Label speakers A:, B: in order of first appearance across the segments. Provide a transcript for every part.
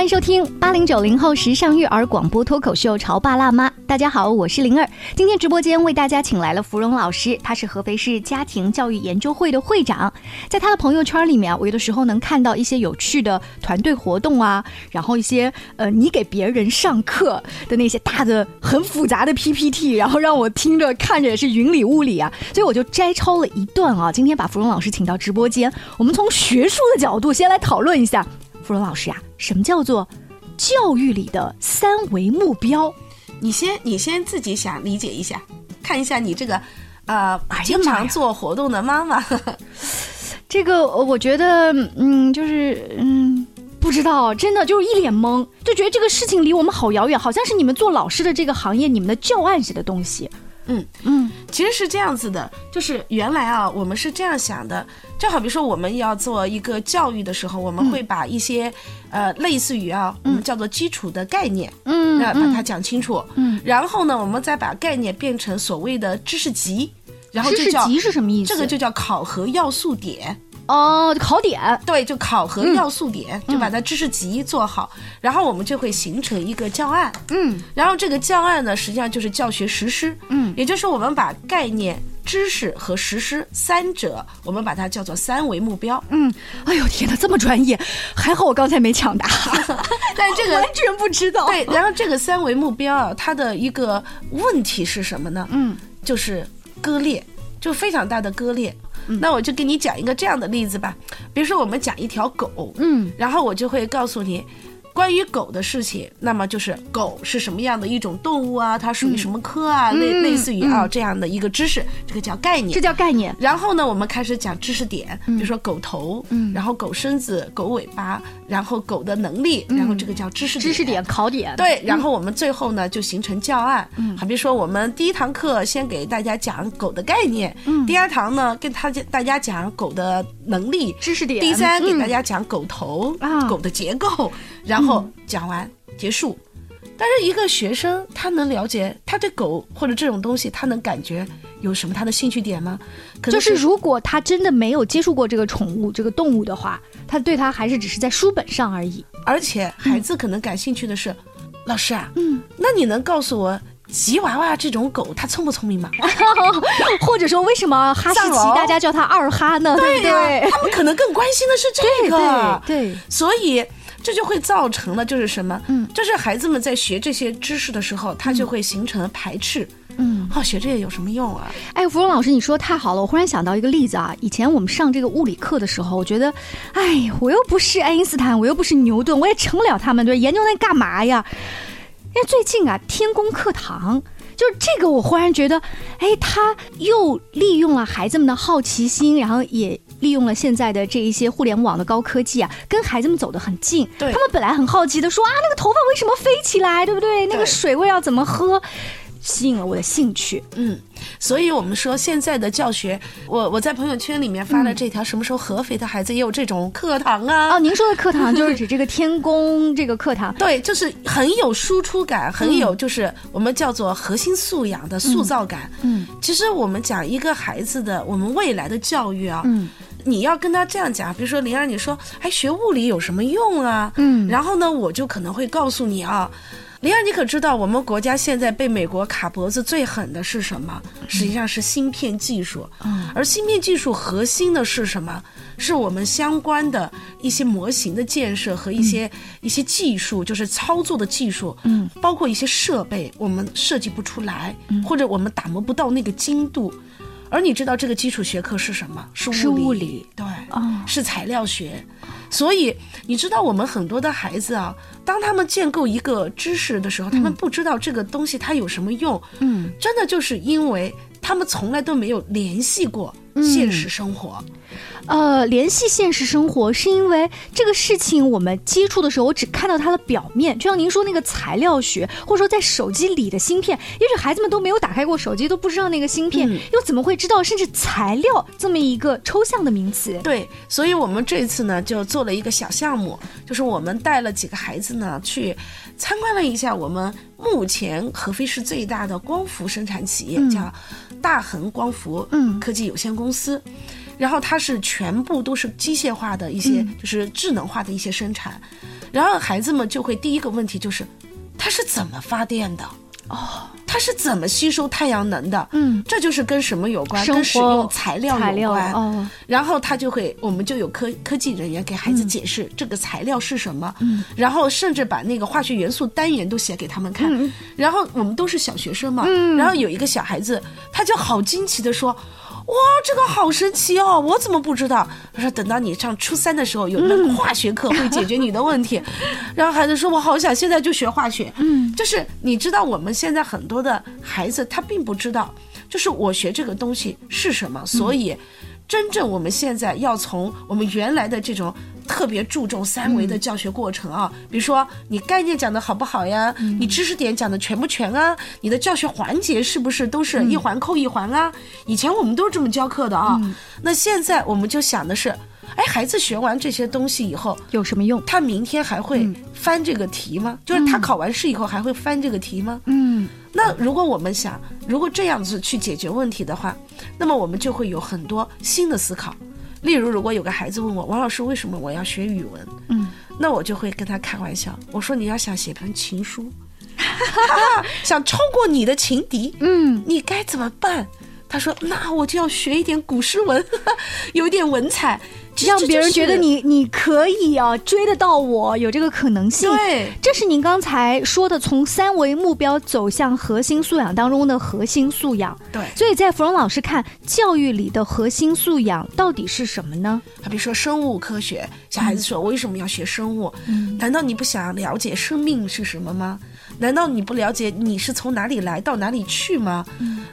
A: 迎收听八零九零后时尚育儿广播脱口秀《潮爸辣妈》。大家好，我是灵儿。今天直播间为大家请来了芙蓉老师，她是合肥市家庭教育研究会的会长。在她的朋友圈里面啊，我有的时候能看到一些有趣的团队活动啊，然后一些呃，你给别人上课的那些大的、很复杂的 PPT，然后让我听着看着也是云里雾里啊。所以我就摘抄了一段啊。今天把芙蓉老师请到直播间，我们从学术的角度先来讨论一下。芙蓉老师呀、啊，什么叫做教育里的三维目标？
B: 你先，你先自己想理解一下，看一下你这个，呃，
A: 哎
B: 经常做活动的妈 妈，
A: 这个我觉得，嗯，就是，嗯，不知道，真的就是一脸懵，就觉得这个事情离我们好遥远，好像是你们做老师的这个行业，你们的教案写的东西。
B: 嗯嗯，其实是这样子的，就是原来啊，我们是这样想的，就好比说我们要做一个教育的时候，我们会把一些、嗯、呃类似于啊，我们叫做基础的概念，
A: 嗯，
B: 那把它讲清楚，
A: 嗯，
B: 然后呢，我们再把概念变成所谓的知识集，然后就
A: 知
B: 叫
A: 识集哦是什么意思？
B: 这个就叫考核要素点。
A: 哦，考点
B: 对，就考核要素点，嗯、就把它知识集做好，嗯、然后我们就会形成一个教案。
A: 嗯，
B: 然后这个教案呢，实际上就是教学实施。
A: 嗯，
B: 也就是我们把概念、知识和实施三者，我们把它叫做三维目标。
A: 嗯，哎呦天哪，这么专业，还好我刚才没抢 答。
B: 但这个
A: 完全不知道。
B: 对，然后这个三维目标啊，它的一个问题是什么呢？
A: 嗯，
B: 就是割裂，就非常大的割裂。
A: 嗯
B: 那我就给你讲一个这样的例子吧，比如说我们讲一条狗，
A: 嗯，
B: 然后我就会告诉你关于狗的事情，那么就是狗是什么样的一种动物啊，它属于什么科啊，
A: 嗯、
B: 类类似于啊、
A: 嗯、
B: 这样的一个知识，这个叫概念，
A: 这叫概念。
B: 然后呢，我们开始讲知识点，
A: 嗯、
B: 比如说狗头，
A: 嗯，
B: 然后狗身子、狗尾巴，然后狗的能力，然后这个叫知识
A: 嗯知识点考点。嗯
B: 对，然后我们最后呢就形成教案，好比说我们第一堂课先给大家讲狗的概念，第二堂呢跟他。大家讲狗的能力、
A: 知识点。嗯
B: 第三，给大家讲狗头、嗯、狗的结构，啊、然后讲完、嗯、结束。但是一个学生他能了解，他对狗或者这种东西，他能感觉有什么他的兴趣点吗？
A: 嗯
B: 可
A: 就是如果他真的没有接触过这个宠物、这个动物的话，他对他还是只是在书本上而 已。
B: 而且孩子可能感兴趣的是，嗯、老师啊，
A: 嗯，
B: 那你能告诉我？吉娃娃这种狗，它聪不聪明嘛？
A: 或者说，为什么哈士奇大家叫它二哈呢？
B: 对
A: 对、啊，
B: 他们可能更关心的是这
A: 个。对,对,对，
B: 所以这就会造成了就是什么？
A: 嗯，
B: 就是孩子们在学这些知识的时候，他就会形成排斥。
A: 嗯，
B: 哦，学这个有什么用啊？
A: 哎，芙蓉老师，你说太好了！我忽然想到一个例子啊，以前我们上这个物理课的时候，我觉得，哎，我又不是爱因斯坦，我又不是牛顿，我也成不了他们，对，研究那干嘛呀？但最近啊，天宫课堂就是这个，我忽然觉得，哎，他又利用了孩子们的好奇心，然后也利用了现在的这一些互联网的高科技啊，跟孩子们走得很近。
B: 对，
A: 他们本来很好奇的说啊，那个头发为什么飞起来，对不对？
B: 对
A: 那个水味要怎么喝？吸引了我的兴趣，
B: 嗯，所以我们说现在的教学，我我在朋友圈里面发了这条，什么时候合肥的孩子也有这种课堂啊？
A: 嗯哦，您说的课堂就是指这个天宫这个课堂，
B: 对，就是很有输出感，很有就是我们叫做核心素养的塑造感。
A: 嗯，
B: 嗯其实我们讲一个孩子的我们未来的教育啊，
A: 嗯。
B: 你要跟他这样讲，比如说灵儿，你说，哎，学物理有什么用啊？
A: 嗯，
B: 然后呢，我就可能会告诉你啊，灵儿，你可知道我们国家现在被美国卡脖子最狠的是什么？实际上是芯片技术。
A: 嗯，
B: 而芯片技术核心的是什么？是我们相关的一些模型的建设和一些、
A: 嗯、
B: 一些技术，就是操作的技术。
A: 嗯，
B: 包括一些设备，我们设计不出来，
A: 嗯、
B: 或者我们打磨不到那个精度。而你知道这个基础学科是什么？是物理，
A: 是物理
B: 对，
A: 哦、
B: 是材料学。所以你知道，我们很多的孩子啊，当他们建构一个知识的时候，
A: 嗯、
B: 他们不知道这个东西它有什么用。
A: 嗯，
B: 真的就是因为他们从来都没有联系过
A: 嗯
B: 现实生活。
A: 嗯、呃，联系现实生活是因为这个事情我们接触的时候，我只看到它的表面。就像您说那个材料学，或者说在手机里的芯片，也许孩子们都没有打开过手机，都不知道那个芯片，
B: 嗯、
A: 又怎么会知道甚至材料这么一个抽象的名词？
B: 对，所以我们这次呢就做。做了一个小项目，就是我们带了几个孩子呢去参观了一下我们目前合肥市最大的光伏生产企业，
A: 嗯、
B: 叫大恒光伏科技有限公司。
A: 嗯
B: 然后它是全部都是机械化的一些，就是智能化的一些生产，然后孩子们就会第一个问题就是，它是怎么发电的？哦，它是怎么吸收太阳能的？
A: 嗯，
B: 这就是跟什么有关？
A: 生
B: 跟使
A: 活
B: 用材料
A: 材
B: 有
A: 料
B: 关。
A: 哦，
B: 然后他就会，我们就有科科技人员给孩子解释这个材料是什么，然后甚至把那个化学元素单元都写给他们看。然后我们都是小学生嘛，然后有一个小孩子，他就好惊奇的说。哇，这个好神奇哦！我怎么不知道？他说等到你上初三的时候，有那个化学课会解决你的问题。 然后孩子说：“我好想现在就学化学。”嗯，就是你知道，我们现在很多的孩子他并不知道，就是我学这个东西是什么，所以真正我们现在要从我们原来的这种特别注重三维的教学过程啊，比如说你概念讲的好不好呀，你知识点讲的全不全啊，你的教学环节是不是都是一环扣一环啊？以前我们都是这么教课的啊，那现在我们就想的是，哎，孩子学完这些东西以后，
A: 有什么用？
B: 他明天还会
A: 嗯
B: 翻这个题吗？就是他考完试以后还会翻这个题吗？
A: 嗯
B: 那如果我们想，如果这样子去解决问题的话，那么我们就会有很多新的思考。例如，如果有个孩子问我，王老师，为什么我要学语文？
A: 嗯，
B: 那我就会跟他开玩笑，我说你要想写本情书， 啊想超过你的情敌，
A: 嗯，
B: 你该怎么办？他说：“那我就要学一点古诗文， 有一点文采，这
A: 让
B: 这
A: 别人
B: 就是
A: 觉得你你可以啊，追得到我，有这个可能性。
B: 对
A: 这是您刚才说的，从三维目标走向核心素养当中的核心素养。
B: 对。
A: 所以在芙蓉老师看，教育里的核心素养到底是什么呢？
B: 好比说生物科学，小孩子说：“我为什么要学生物？难道你不想了解生命是什么吗？难道你不了解你是从哪里来到哪里去吗？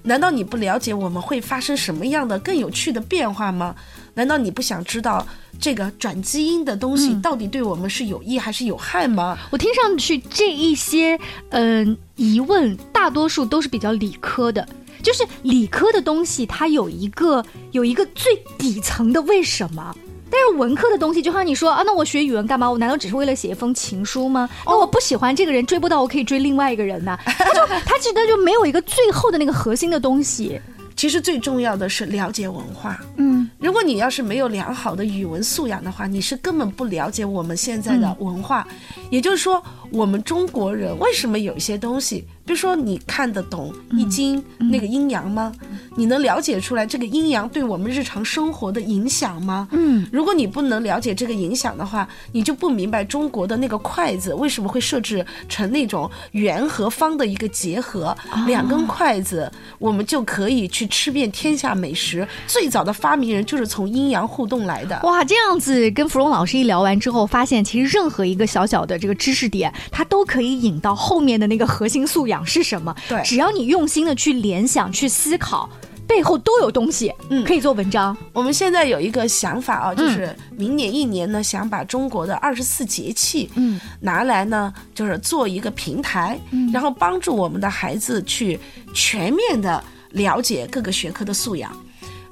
B: 难道你不了解我们会发生什么样的更有趣的变化吗？难道你不想知道这个转基因的东西到底对我们是有益还是有害吗？”
A: 我听上去这一些嗯、疑问，大多数都是比较理科的，就是理科的东西，它有一个有一个最底层的为什么。但是文科的东西，就像你说啊，那我学语文干嘛？我难道只是为了写一封情书吗？那我不喜欢这个人，追不到，我可以追另外一个人呐、他就他其实就没有一个最后的那个核心的东西。
B: 其实最重要的是了解文化。
A: 嗯，
B: 如果你要是没有良好的语文素养的话，你是根本不了解我们现在的文化。也就是说，我们中国人为什么有一些东西，比如说你看得懂《易经》那个阴阳吗？你能了解出来这个阴阳对我们日常生活的影响吗？
A: 嗯，
B: 如果你不能了解这个影响的话，你就不明白中国的那个筷子为什么会设置成那种圆和方的一个结合，两根筷子，我们就可以去吃遍天下美食。最早的发明人就是从阴阳互动来的。
A: 哇，这样子跟芙蓉老师一聊完之后，发现其实任何一个小小的这个知识点，它都可以引到后面的那个核心素养是什么。
B: 对
A: 只要你用心的去联想、去思考，背后都有东西，
B: 嗯
A: 可以做文章。
B: 我们现在有一个想法啊，就是明年一年呢，想把中国的二十四节气，
A: 嗯，
B: 拿来呢，就是做一个平台，然后帮助我们的孩子去全面的了解各个学科的素养。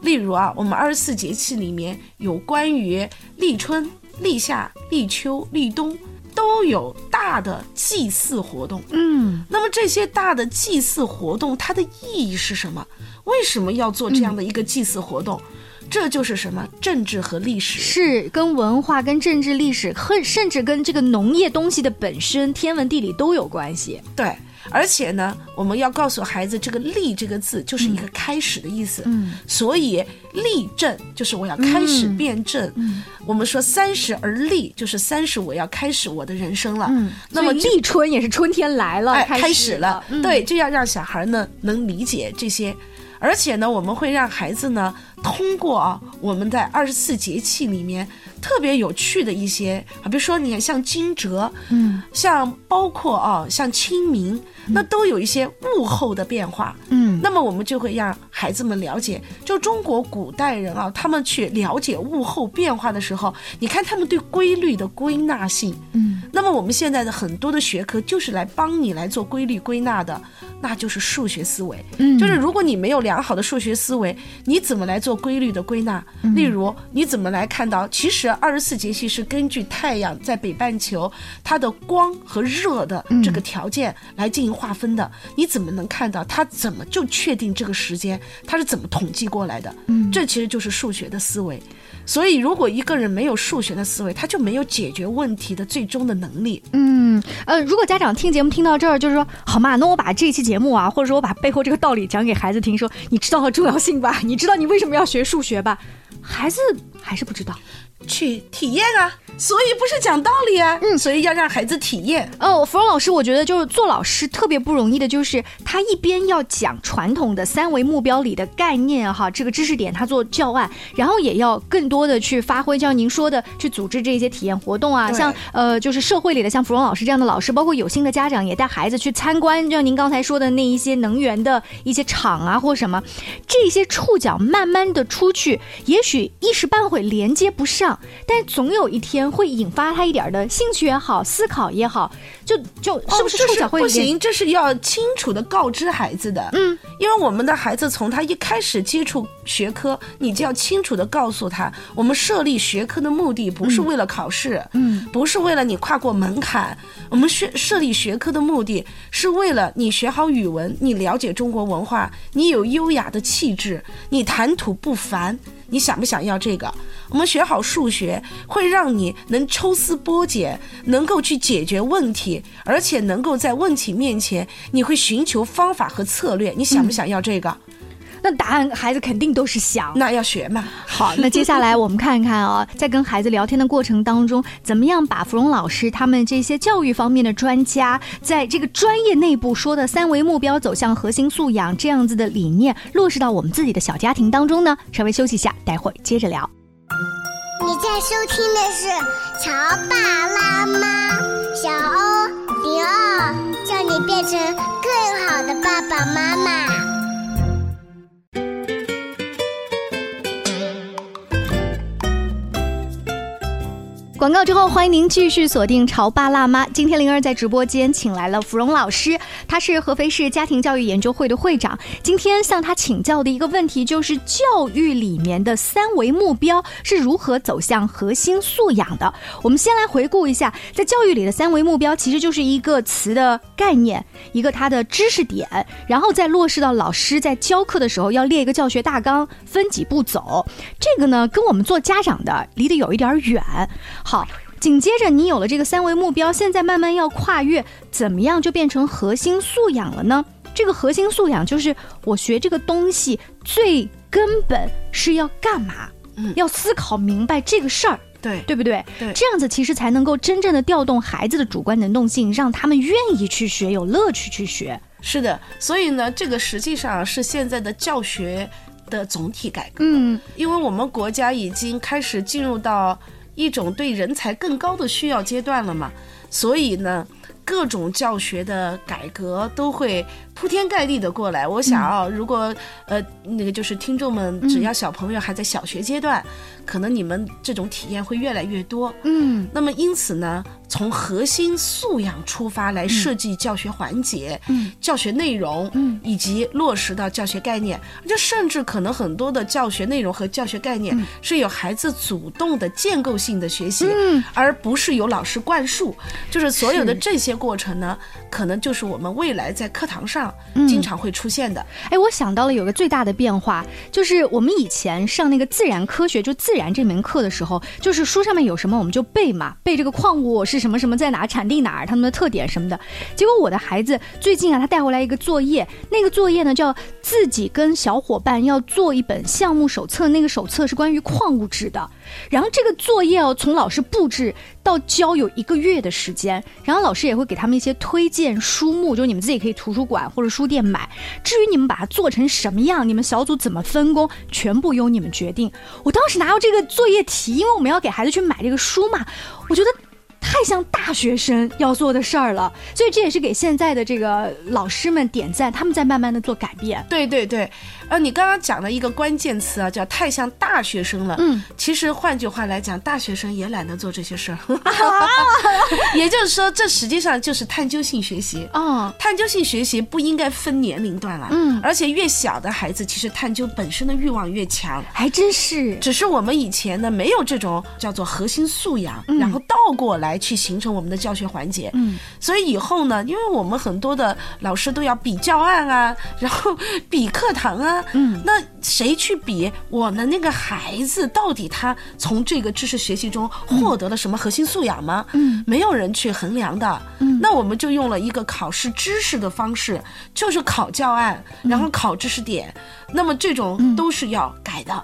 B: 例如啊，我们二十四节气里面有关于立春、立夏、立秋、立冬都有大的祭祀活动，
A: 嗯
B: 那么这些大的祭祀活动，它的意义是什么？为什么要做这样的一个祭祀活动？这就是什么政治和历史。
A: 是跟文化、跟政治、历史，和甚至跟这个农业东西的本身、天文地理都有关系。
B: 对，而且呢，我们要告诉孩子，这个“立”这个字就是一个开始的意思。
A: 嗯，
B: 所以立正就是我要开始辩证。
A: 嗯
B: 我们说三十而立，就是三十我要开始我的人生了。嗯那么
A: 嗯所以立春也是春天来了，
B: 哎，
A: 开
B: 始
A: 了。嗯
B: 对，这样让小孩呢能理解这些，而且呢，我们会让孩子呢通过啊我们在二十四节气里面特别有趣的一些啊，比如说你看像惊蛰，
A: 嗯，
B: 像包括啊像清明，那都有一些物候的变化，
A: 嗯
B: 那么我们就会让孩子们了解，就中国古代人啊，他们去了解物候变化的时候，你看他们对规律的归纳性，
A: 嗯，
B: 那么我们现在的很多的学科就是来帮你来做规律归纳的，那就是数学思维，
A: 嗯
B: 就是如果你没有良好的数学思维，你怎么来做规律的归纳？
A: 嗯
B: 例如，你怎么来看到，其实二十四节气是根据太阳在北半球它的光和热的这个条件来进行划分的。你怎么能看到它怎么就确定这个时间？它是怎么统计过来的？
A: 嗯
B: 这其实就是数学的思维。所以，如果一个人没有数学的思维，他就没有解决问题的最终的能力。
A: 嗯，呃，如果家长听节目听到这儿，就是说，好嘛，那我把这一期节目啊，或者说我把背后这个道理讲给孩子听，说你知道它重要性吧，你知道你为什么要学数学吧，孩子还是不知道。
B: 去体验啊，所以不是讲道理啊，
A: 嗯
B: 所以要让孩子体验。
A: 哦，芙蓉老师，我觉得就是做老师特别不容易的，就是他一边要讲传统的三维目标里的概念哈，这个知识点他做教案，然后也要更多的去发挥，就像您说的，去组织这些体验活动啊，
B: 对
A: 像呃，就是社会里的像芙蓉老师这样的老师，包括有心的家长也带孩子去参观，就像您刚才说的那一些能源的一些厂啊或什么，这些触角慢慢的出去，也许一时半会连接不上，但总有一天会引发他一点儿的兴趣也好，思考也好，就就是不是
B: 这
A: 触角会
B: 不
A: 连？
B: 行，这哦是要清楚的告知孩子的。
A: 嗯，
B: 因为我们的孩子从他一开始接触学科，你就要清楚的告诉他，我们设立学科的目的不是为了考试，
A: 嗯，
B: 不是为了你跨过门槛，我们学设立学科的目的是为了你学好语文，你了解中国文化，你有优雅的气质，你谈吐不凡。你想不想要这个？我们学好数学，会让你能抽丝剥茧，能够去解决问题，而且能够在问题面前，你会寻求方法和策略。你想不想要这个？
A: 嗯那答案孩子肯定都是想。
B: 那要学嘛。
A: 好，那接下来我们看看啊，在跟孩子聊天的过程当中，怎么样把芙蓉老师他们这些教育方面的专家，在这个专业内部说的三维目标走向核心素养这样子的理念，落实到我们自己的小家庭当中呢？稍微休息一下，待会儿接着聊。
C: 你在收听的是《乔爸拉妈》，小欧零二，叫你变成更好的爸爸妈妈。
A: 广告之后，欢迎您继续锁定《潮爸辣妈》。今天灵儿在直播间请来了芙蓉老师，她是合肥市家庭教育研究会的会长。今天向她请教的一个问题就是，教育里面的三维目标是如何走向核心素养的？我们先来回顾一下，在教育里的三维目标其实就是一个词的概念，一个它的知识点，然后再落实到老师在教课的时候要列一个教学大纲，分几步走。这个呢，跟我们做家长的离得有一点儿远。好，紧接着你有了这个三维目标，现在慢慢要跨越，怎么样就变成核心素养了呢？这个核心素养就是我学这个东西最根本是要干嘛，
B: 嗯
A: 要思考明白这个事儿，
B: 对
A: 对不对？
B: 对
A: 这样子其实才能够真正的调动孩子的主观能动性，让他们愿意去学，有乐趣去学。
B: 是的。所以呢，这个实际上是现在的教学的总体改革。
A: 嗯
B: 因为我们国家已经开始进入到一种对人才更高的需要阶段了嘛，所以呢，各种教学的改革都会铺天盖地的过来。我想啊，如果呃那个就是听众们，只要小朋友还在小学阶段，可能你们这种体验会越来越多。
A: 嗯
B: 那么因此呢，从核心素养出发来设计教学环节、
A: 嗯
B: 教学内容，
A: 嗯
B: 以及落实到教学概念，就甚至可能很多的教学内容和教学概念是由孩子主动的建构性的学习，
A: 嗯
B: 而不是由老师灌输。就是所有的
A: 是
B: 这些过程呢，可能就是我们未来在课堂上
A: 嗯
B: 经常会出现的。
A: 哎，我想到了有个最大的变化，就是我们以前上那个自然科学，就自然这门课的时候，就是书上面有什么我们就背嘛，背这个矿物是什么什么在哪儿产地哪儿，它们的特点什么的。结果我的孩子最近啊，他带回来一个作业，那个作业呢叫自己跟小伙伴要做一本项目手册，那个手册是关于矿物质的。然后这个作业哦，从老师布置到交有一个月的时间，然后老师也会给他们一些推荐书目，就是你们自己可以图书馆或者书店买。至于你们把它做成什么样，你们小组怎么分工，全部由你们决定。我当时拿到这个作业题，因为我们要给孩子去买这个书嘛，我觉得。太像大学生要做的事儿了，所以这也是给现在的这个老师们点赞，他们在慢慢的做改变。
B: 对对对，呃，你刚刚讲了一个关键词啊，叫太像大学生了。
A: 嗯，
B: 其实换句话来讲，大学生也懒得做这 些事儿。 也就是说，这实际上就是探究性学习。
A: 哦，
B: 探究性学习不应该分年龄段了，
A: 嗯
B: 而且越小的孩子，其实探究本身的欲望越强。
A: 还真是，
B: 只是我们以前呢没有这种叫做核心素养，
A: 嗯
B: 然后倒过来去形成我们的教学环节。
A: 嗯，
B: 所以以 后呢，因为我们很多的老师都要比教案啊，然后比课堂啊，呀。
A: 嗯
B: 那谁去比我的那个孩子到底他从这个知识学习中获得了什么核心素养吗？
A: 嗯，
B: 没有人去衡量的。
A: 嗯
B: 那我们就用了一个考试知识的方式，就是考教案，然
A: 嗯
B: 后考知识点。那么这种都是要改的。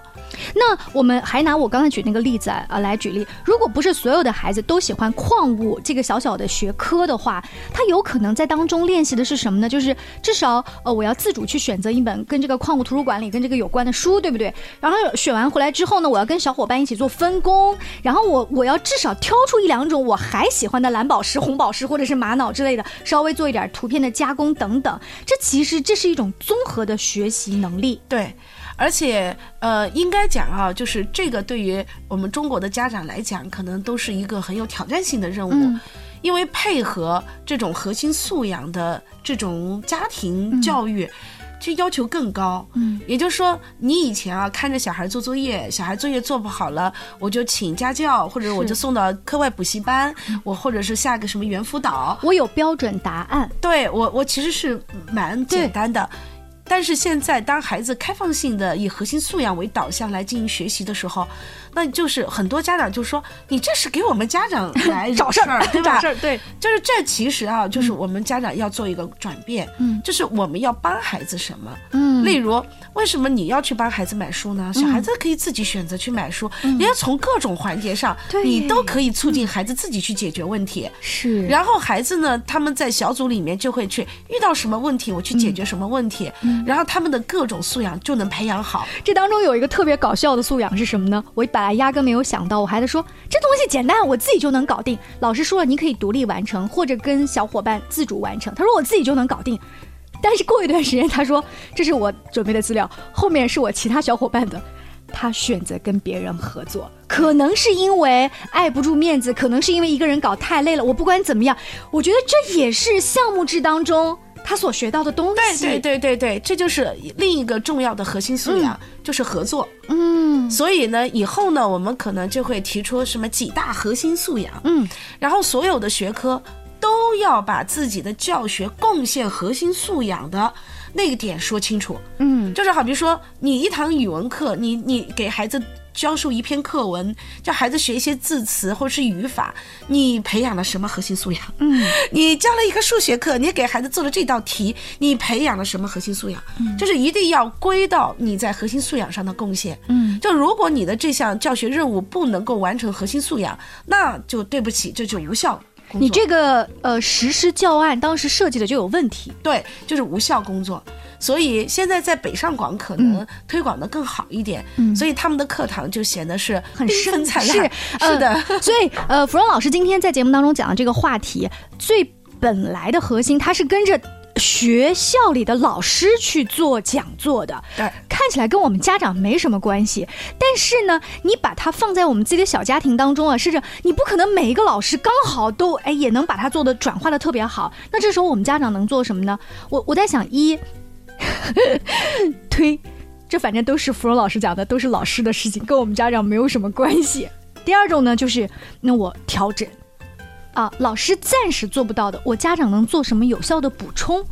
A: 那我们还拿我刚才举那个例子啊、呃来举例，如果不是所有的孩子都喜欢矿物这个小小的学科的话，他有可能在当中练习的是什么呢？就是至少呃，我要自主去选择一本跟这个矿物图书馆里跟这个有关的书，对不对？然后选完回来之后呢，我要跟小伙伴一起做分工，然后我我要至少挑出一两种我还喜欢的蓝宝石、红宝石或者是玛瑙之类的，稍微做一点图片的加工等等。这其实这是一种综合的学习能力。
B: 对，而且呃，应该讲啊，就是这个对于我们中国的家长来讲，可能都是一个很有挑战性的任务，
A: 嗯
B: 因为配合这种核心素养的这种家庭教育。就要求更高，
A: 嗯，
B: 也就是说，你以前啊看着小孩做作业，小孩作业做不好了，我就请家教，或者我
A: 是嗯
B: 就送到课外补习班，我或者是下个什么猿辅导，
A: 我有标准答案。
B: 对我，我其实是蛮简单的。但是现在，当孩子开放性的以核心素养为导向来进行学习的时候，那就是很多家长就说：“你这是给我们家 长来
A: 找
B: 事
A: 事儿
B: 儿，对吧
A: 找事儿对，？”
B: 就是这其实啊，就是我们家长要做一个转变，
A: 嗯
B: 就是我们要帮孩子什么。
A: 嗯
B: 例如，为什么你要去帮孩子买书呢？小孩子可以自己选择去买书，你要从各种环节上，
A: 嗯对
B: 你都可以促进孩子自己去解决问题。
A: 是，
B: 然后孩子呢，他们在小组里面就会去遇到什么问题，我去解决什么问题，然后他们的各种素养就能培养好。
A: 这当中有一个特别搞笑的素养是什么呢？我本来压根没有想到，我还在说这东西简单，我自己就能搞定。老师说了，你可以独立完成，或者跟小伙伴自主完成。他说我自己就能搞定。但是过一段时间，他说这是我准备的资料，后面是我其他小伙伴的。他选择跟别人合作，可能是因为碍不住面子，可能是因为一个人搞太累了。我不管怎么样，我觉得这也是项目制当中他所学到的东
B: 对
A: 西。
B: 对，对对对，这就是另一个重要的核心素养，就是合作。
A: 嗯
B: 所以呢，以后呢，我们可能就会提出什么几大核心素养，
A: 嗯，
B: 然后所有的学科都要把自己的教学贡献核心素养的那个点说清楚。
A: 嗯，
B: 就是好比说，你一堂语文课，你你给孩子教授一篇课文，叫孩子学一些字词或者是语法，你培养了什么核心素养？嗯，你教了一个数学课，你给孩子做了这道题，你培养了什么核心素养？
A: 嗯
B: 就是一定要归到你在核心素养上的贡献。
A: 嗯，
B: 就如果你的这项教学任务不能够完成核心素养，那就对不起，这就无效工作。
A: 你这个呃实施教案当时设计的就有问题。
B: 对，就是无效工作。所以现在在北上广可能推广的更好一点，
A: 嗯
B: 所以他们的课堂就显得是
A: 很
B: 缤
A: 深
B: 纷灿
A: 是
B: 烂。
A: 呃
B: 是的，
A: 所以呃，芙蓉老师今天在节目当中讲的这个话题，最本来的核心，它是跟着。学校里的老师去做讲座的，
B: 对
A: 看起来跟我们家长没什么关系，但是呢，你把它放在我们自己的小家庭当中啊，是着你不可能每一个老师刚好都哎也能把它做的转化的特别好，那这时候我们家长能做什么呢？我我在想一， 推，这反正都是芙蓉老师讲的，都是老师的事情，跟我们家长没有什么关系。第二种呢，就是那我调整，啊，老师暂时做不到的，我家长能做什么有效的补充？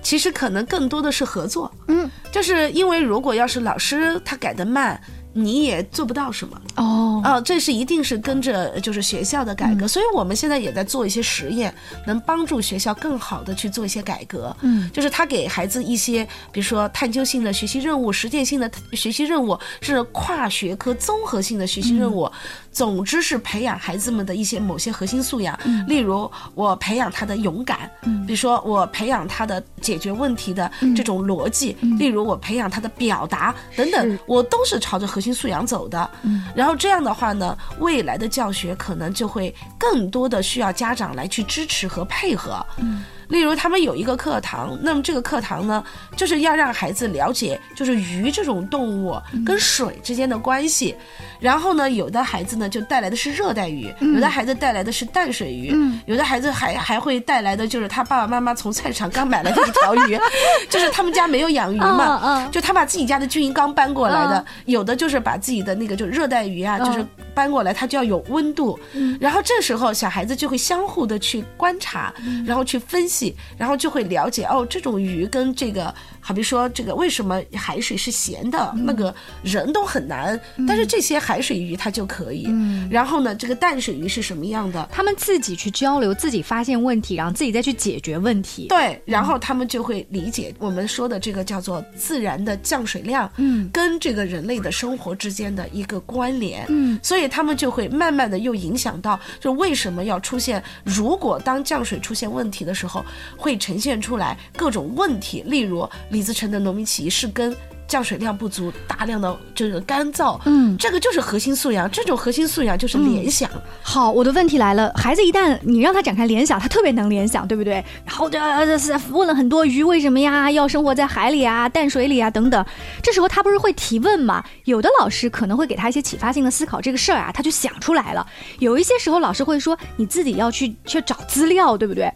B: 其实可能更多的是合作，
A: 嗯，
B: 就是因为如果要是老师他改的慢，你也做不到什么。
A: 哦，嗯
B: 哦，这是一定是跟着就是学校的改革，所以我们现在也在做一些实验，能帮助学校更好的去做一些改革。
A: 嗯，
B: 就是他给孩子一些，比如说探究性的学习任务、实践性的学习任务，是跨学科综合性的学习任
A: 嗯
B: 务。总之是培养孩子们的一些某些核心素养，
A: 嗯
B: 例如我培养他的勇敢，比如说我培养他的解决问题的
A: 嗯
B: 这种逻辑，例如我培养他的表达等
A: 是
B: 等，我都是朝着核心素养走的。然后这样的话呢，未来的教学可能就会更多的需要家长来去支持和配合。嗯，例如他们有一个课堂，那么这个课堂呢，就是要让孩子了解就是鱼这种动物
A: 嗯
B: 跟水之间的关系。然后呢，有的孩子呢就带来的是热带鱼，
A: 嗯
B: 有的孩子带来的是淡水鱼，有的孩子还还会带来的就是他爸爸妈妈从菜市场刚买来的一条鱼， 就是他们家没有养鱼嘛，
A: 嗯嗯
B: 就他把自己家的巨鱼缸搬过来的，
A: 嗯
B: 有的就是把自己的那个就热带鱼啊，就是搬过来，它就要有温度。然后这时候小孩子就会相互的去观察，然后去分析，然后就会了解哦，这种鱼跟这个，好比说这个为什么海水是咸的，那个人都很难，但是这些海水鱼它就可以。然后呢，这个淡水鱼是什么样的？
A: 他们自己去交流，自己发现问题，然后自己再去解决问题。
B: 对，然后他们就会理解我们说的这个叫做自然的降水量，
A: 嗯
B: 跟这个人类的生活之间的一个关联，
A: 嗯，
B: 所以他们就会慢慢的又影响到，就为什么要出现，如果当降水出现问题的时候，会呈现出来各种问题，例如李自成的农民起义是跟。降水量不足，大量的这个干燥，
A: 嗯
B: 这个就是核心素养。这种核心素养就是联想，
A: 好，我的问题来了，孩子一旦你让他展开联想，他特别能联想，对不对？然后这、呃、是问了很多鱼为什么呀，要生活在海里啊、淡水里啊等等。这时候他不是会提问吗？有的老师可能会给他一些启发性的思考，这个事儿啊，他就想出来了。有一些时候老师会说，你自己要去去找资料，对不对？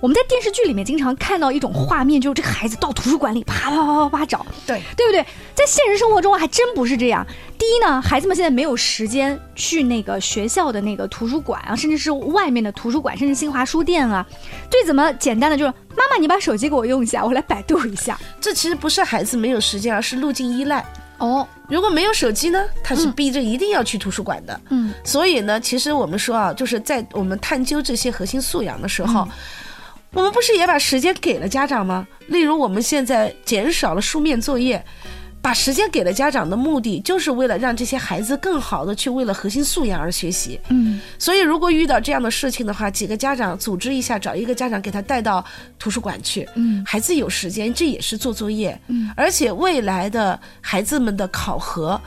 A: 我们在电视剧里面经常看到一种画面，就是这个孩子到图书馆里啪啪啪啪啪找，
B: 对，
A: 对不对？在现实生活中还真不是这样。第一呢，孩子们现在没有时间去那个学校的那个图书馆啊，甚至是外面的图书馆，甚至新华书店啊。最怎么简单的就是，妈妈，你把手机给我用一下，我来百度一下。
B: 这其实不是孩子没有时间，而是路径依赖。
A: 哦，
B: 如果没有手机呢，他是逼着一定要去图书馆的。
A: 嗯
B: 所以呢，其实我们说啊，就是在我们探究这些核心素养的时候，
A: 嗯
B: 我们不是也把时间给了家长吗？例如，我们现在减少了书面作业。把时间给了家长的目的，就是为了让这些孩子更好的去为了核心素养而学习。
A: 嗯，
B: 所以，如果遇到这样的事情的话，几个家长组织一下，找一个家长给他带到图书馆去。
A: 嗯，
B: 孩子有时间，这也是做作业。嗯，而且未来的孩子们的考核。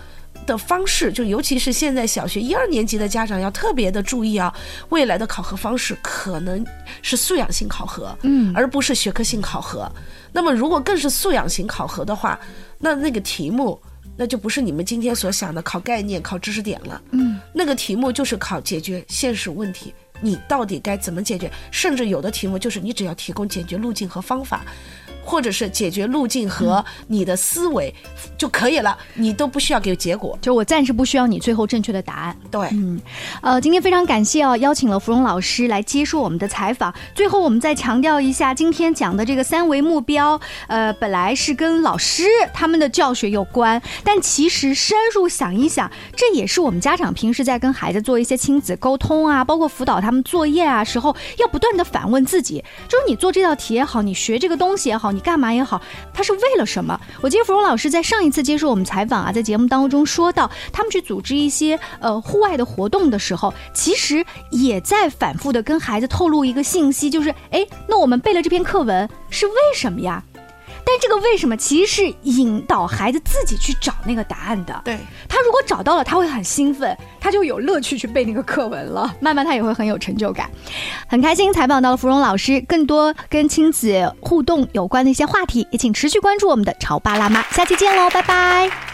B: 的方式，就尤其是现在小学一二年级的家长要特别的注意啊，未来的考核方式可能是素养性考核，
A: 嗯
B: 而不是学科性考核。那么，如果更是素养型考核的话，那那个题目那就不是你们今天所想的考概念、考知识点了，
A: 嗯，
B: 那个题目就是考解决现实问题，你到底该怎么解决？甚至有的题目就是你只要提供解决路径和方法。或者是解决路径和你的思维就可以了，你都不需要给结果。
A: 就是我暂时不需要你最后正确的答案。
B: 对，
A: 呃，今天非常感谢哦，邀请了芙蓉老师来接受我们的采访。最后，我们再强调一下，今天讲的这个三维目标，呃，本来是跟老师他们的教学有关，但其实深入想一想，这也是我们家长平时在跟孩子做一些亲子沟通啊，包括辅导他们作业啊时候，要不断的反问自己，就是你做这道题也好，你学这个东西也好，你干嘛也好，它是为了什么？我记得芙蓉老师在上一次接受我们采访啊，在节目当中说到，他们去组织一些呃户外的活动的时候，其实也在反复的跟孩子透露一个信息，就是哎，那我们背了这篇课文是为什么呀？但这个为什么其实是引导孩子自己去找那个答案的。
B: 对，
A: 他如果找到了，他会很兴奋，他就有乐趣去背那个课文了。慢慢他也会很有成就感。很开心采访到了芙蓉老师，更多跟亲子互动有关的一些话题，也请持续关注我们的潮爸辣妈，下期见喽，拜拜。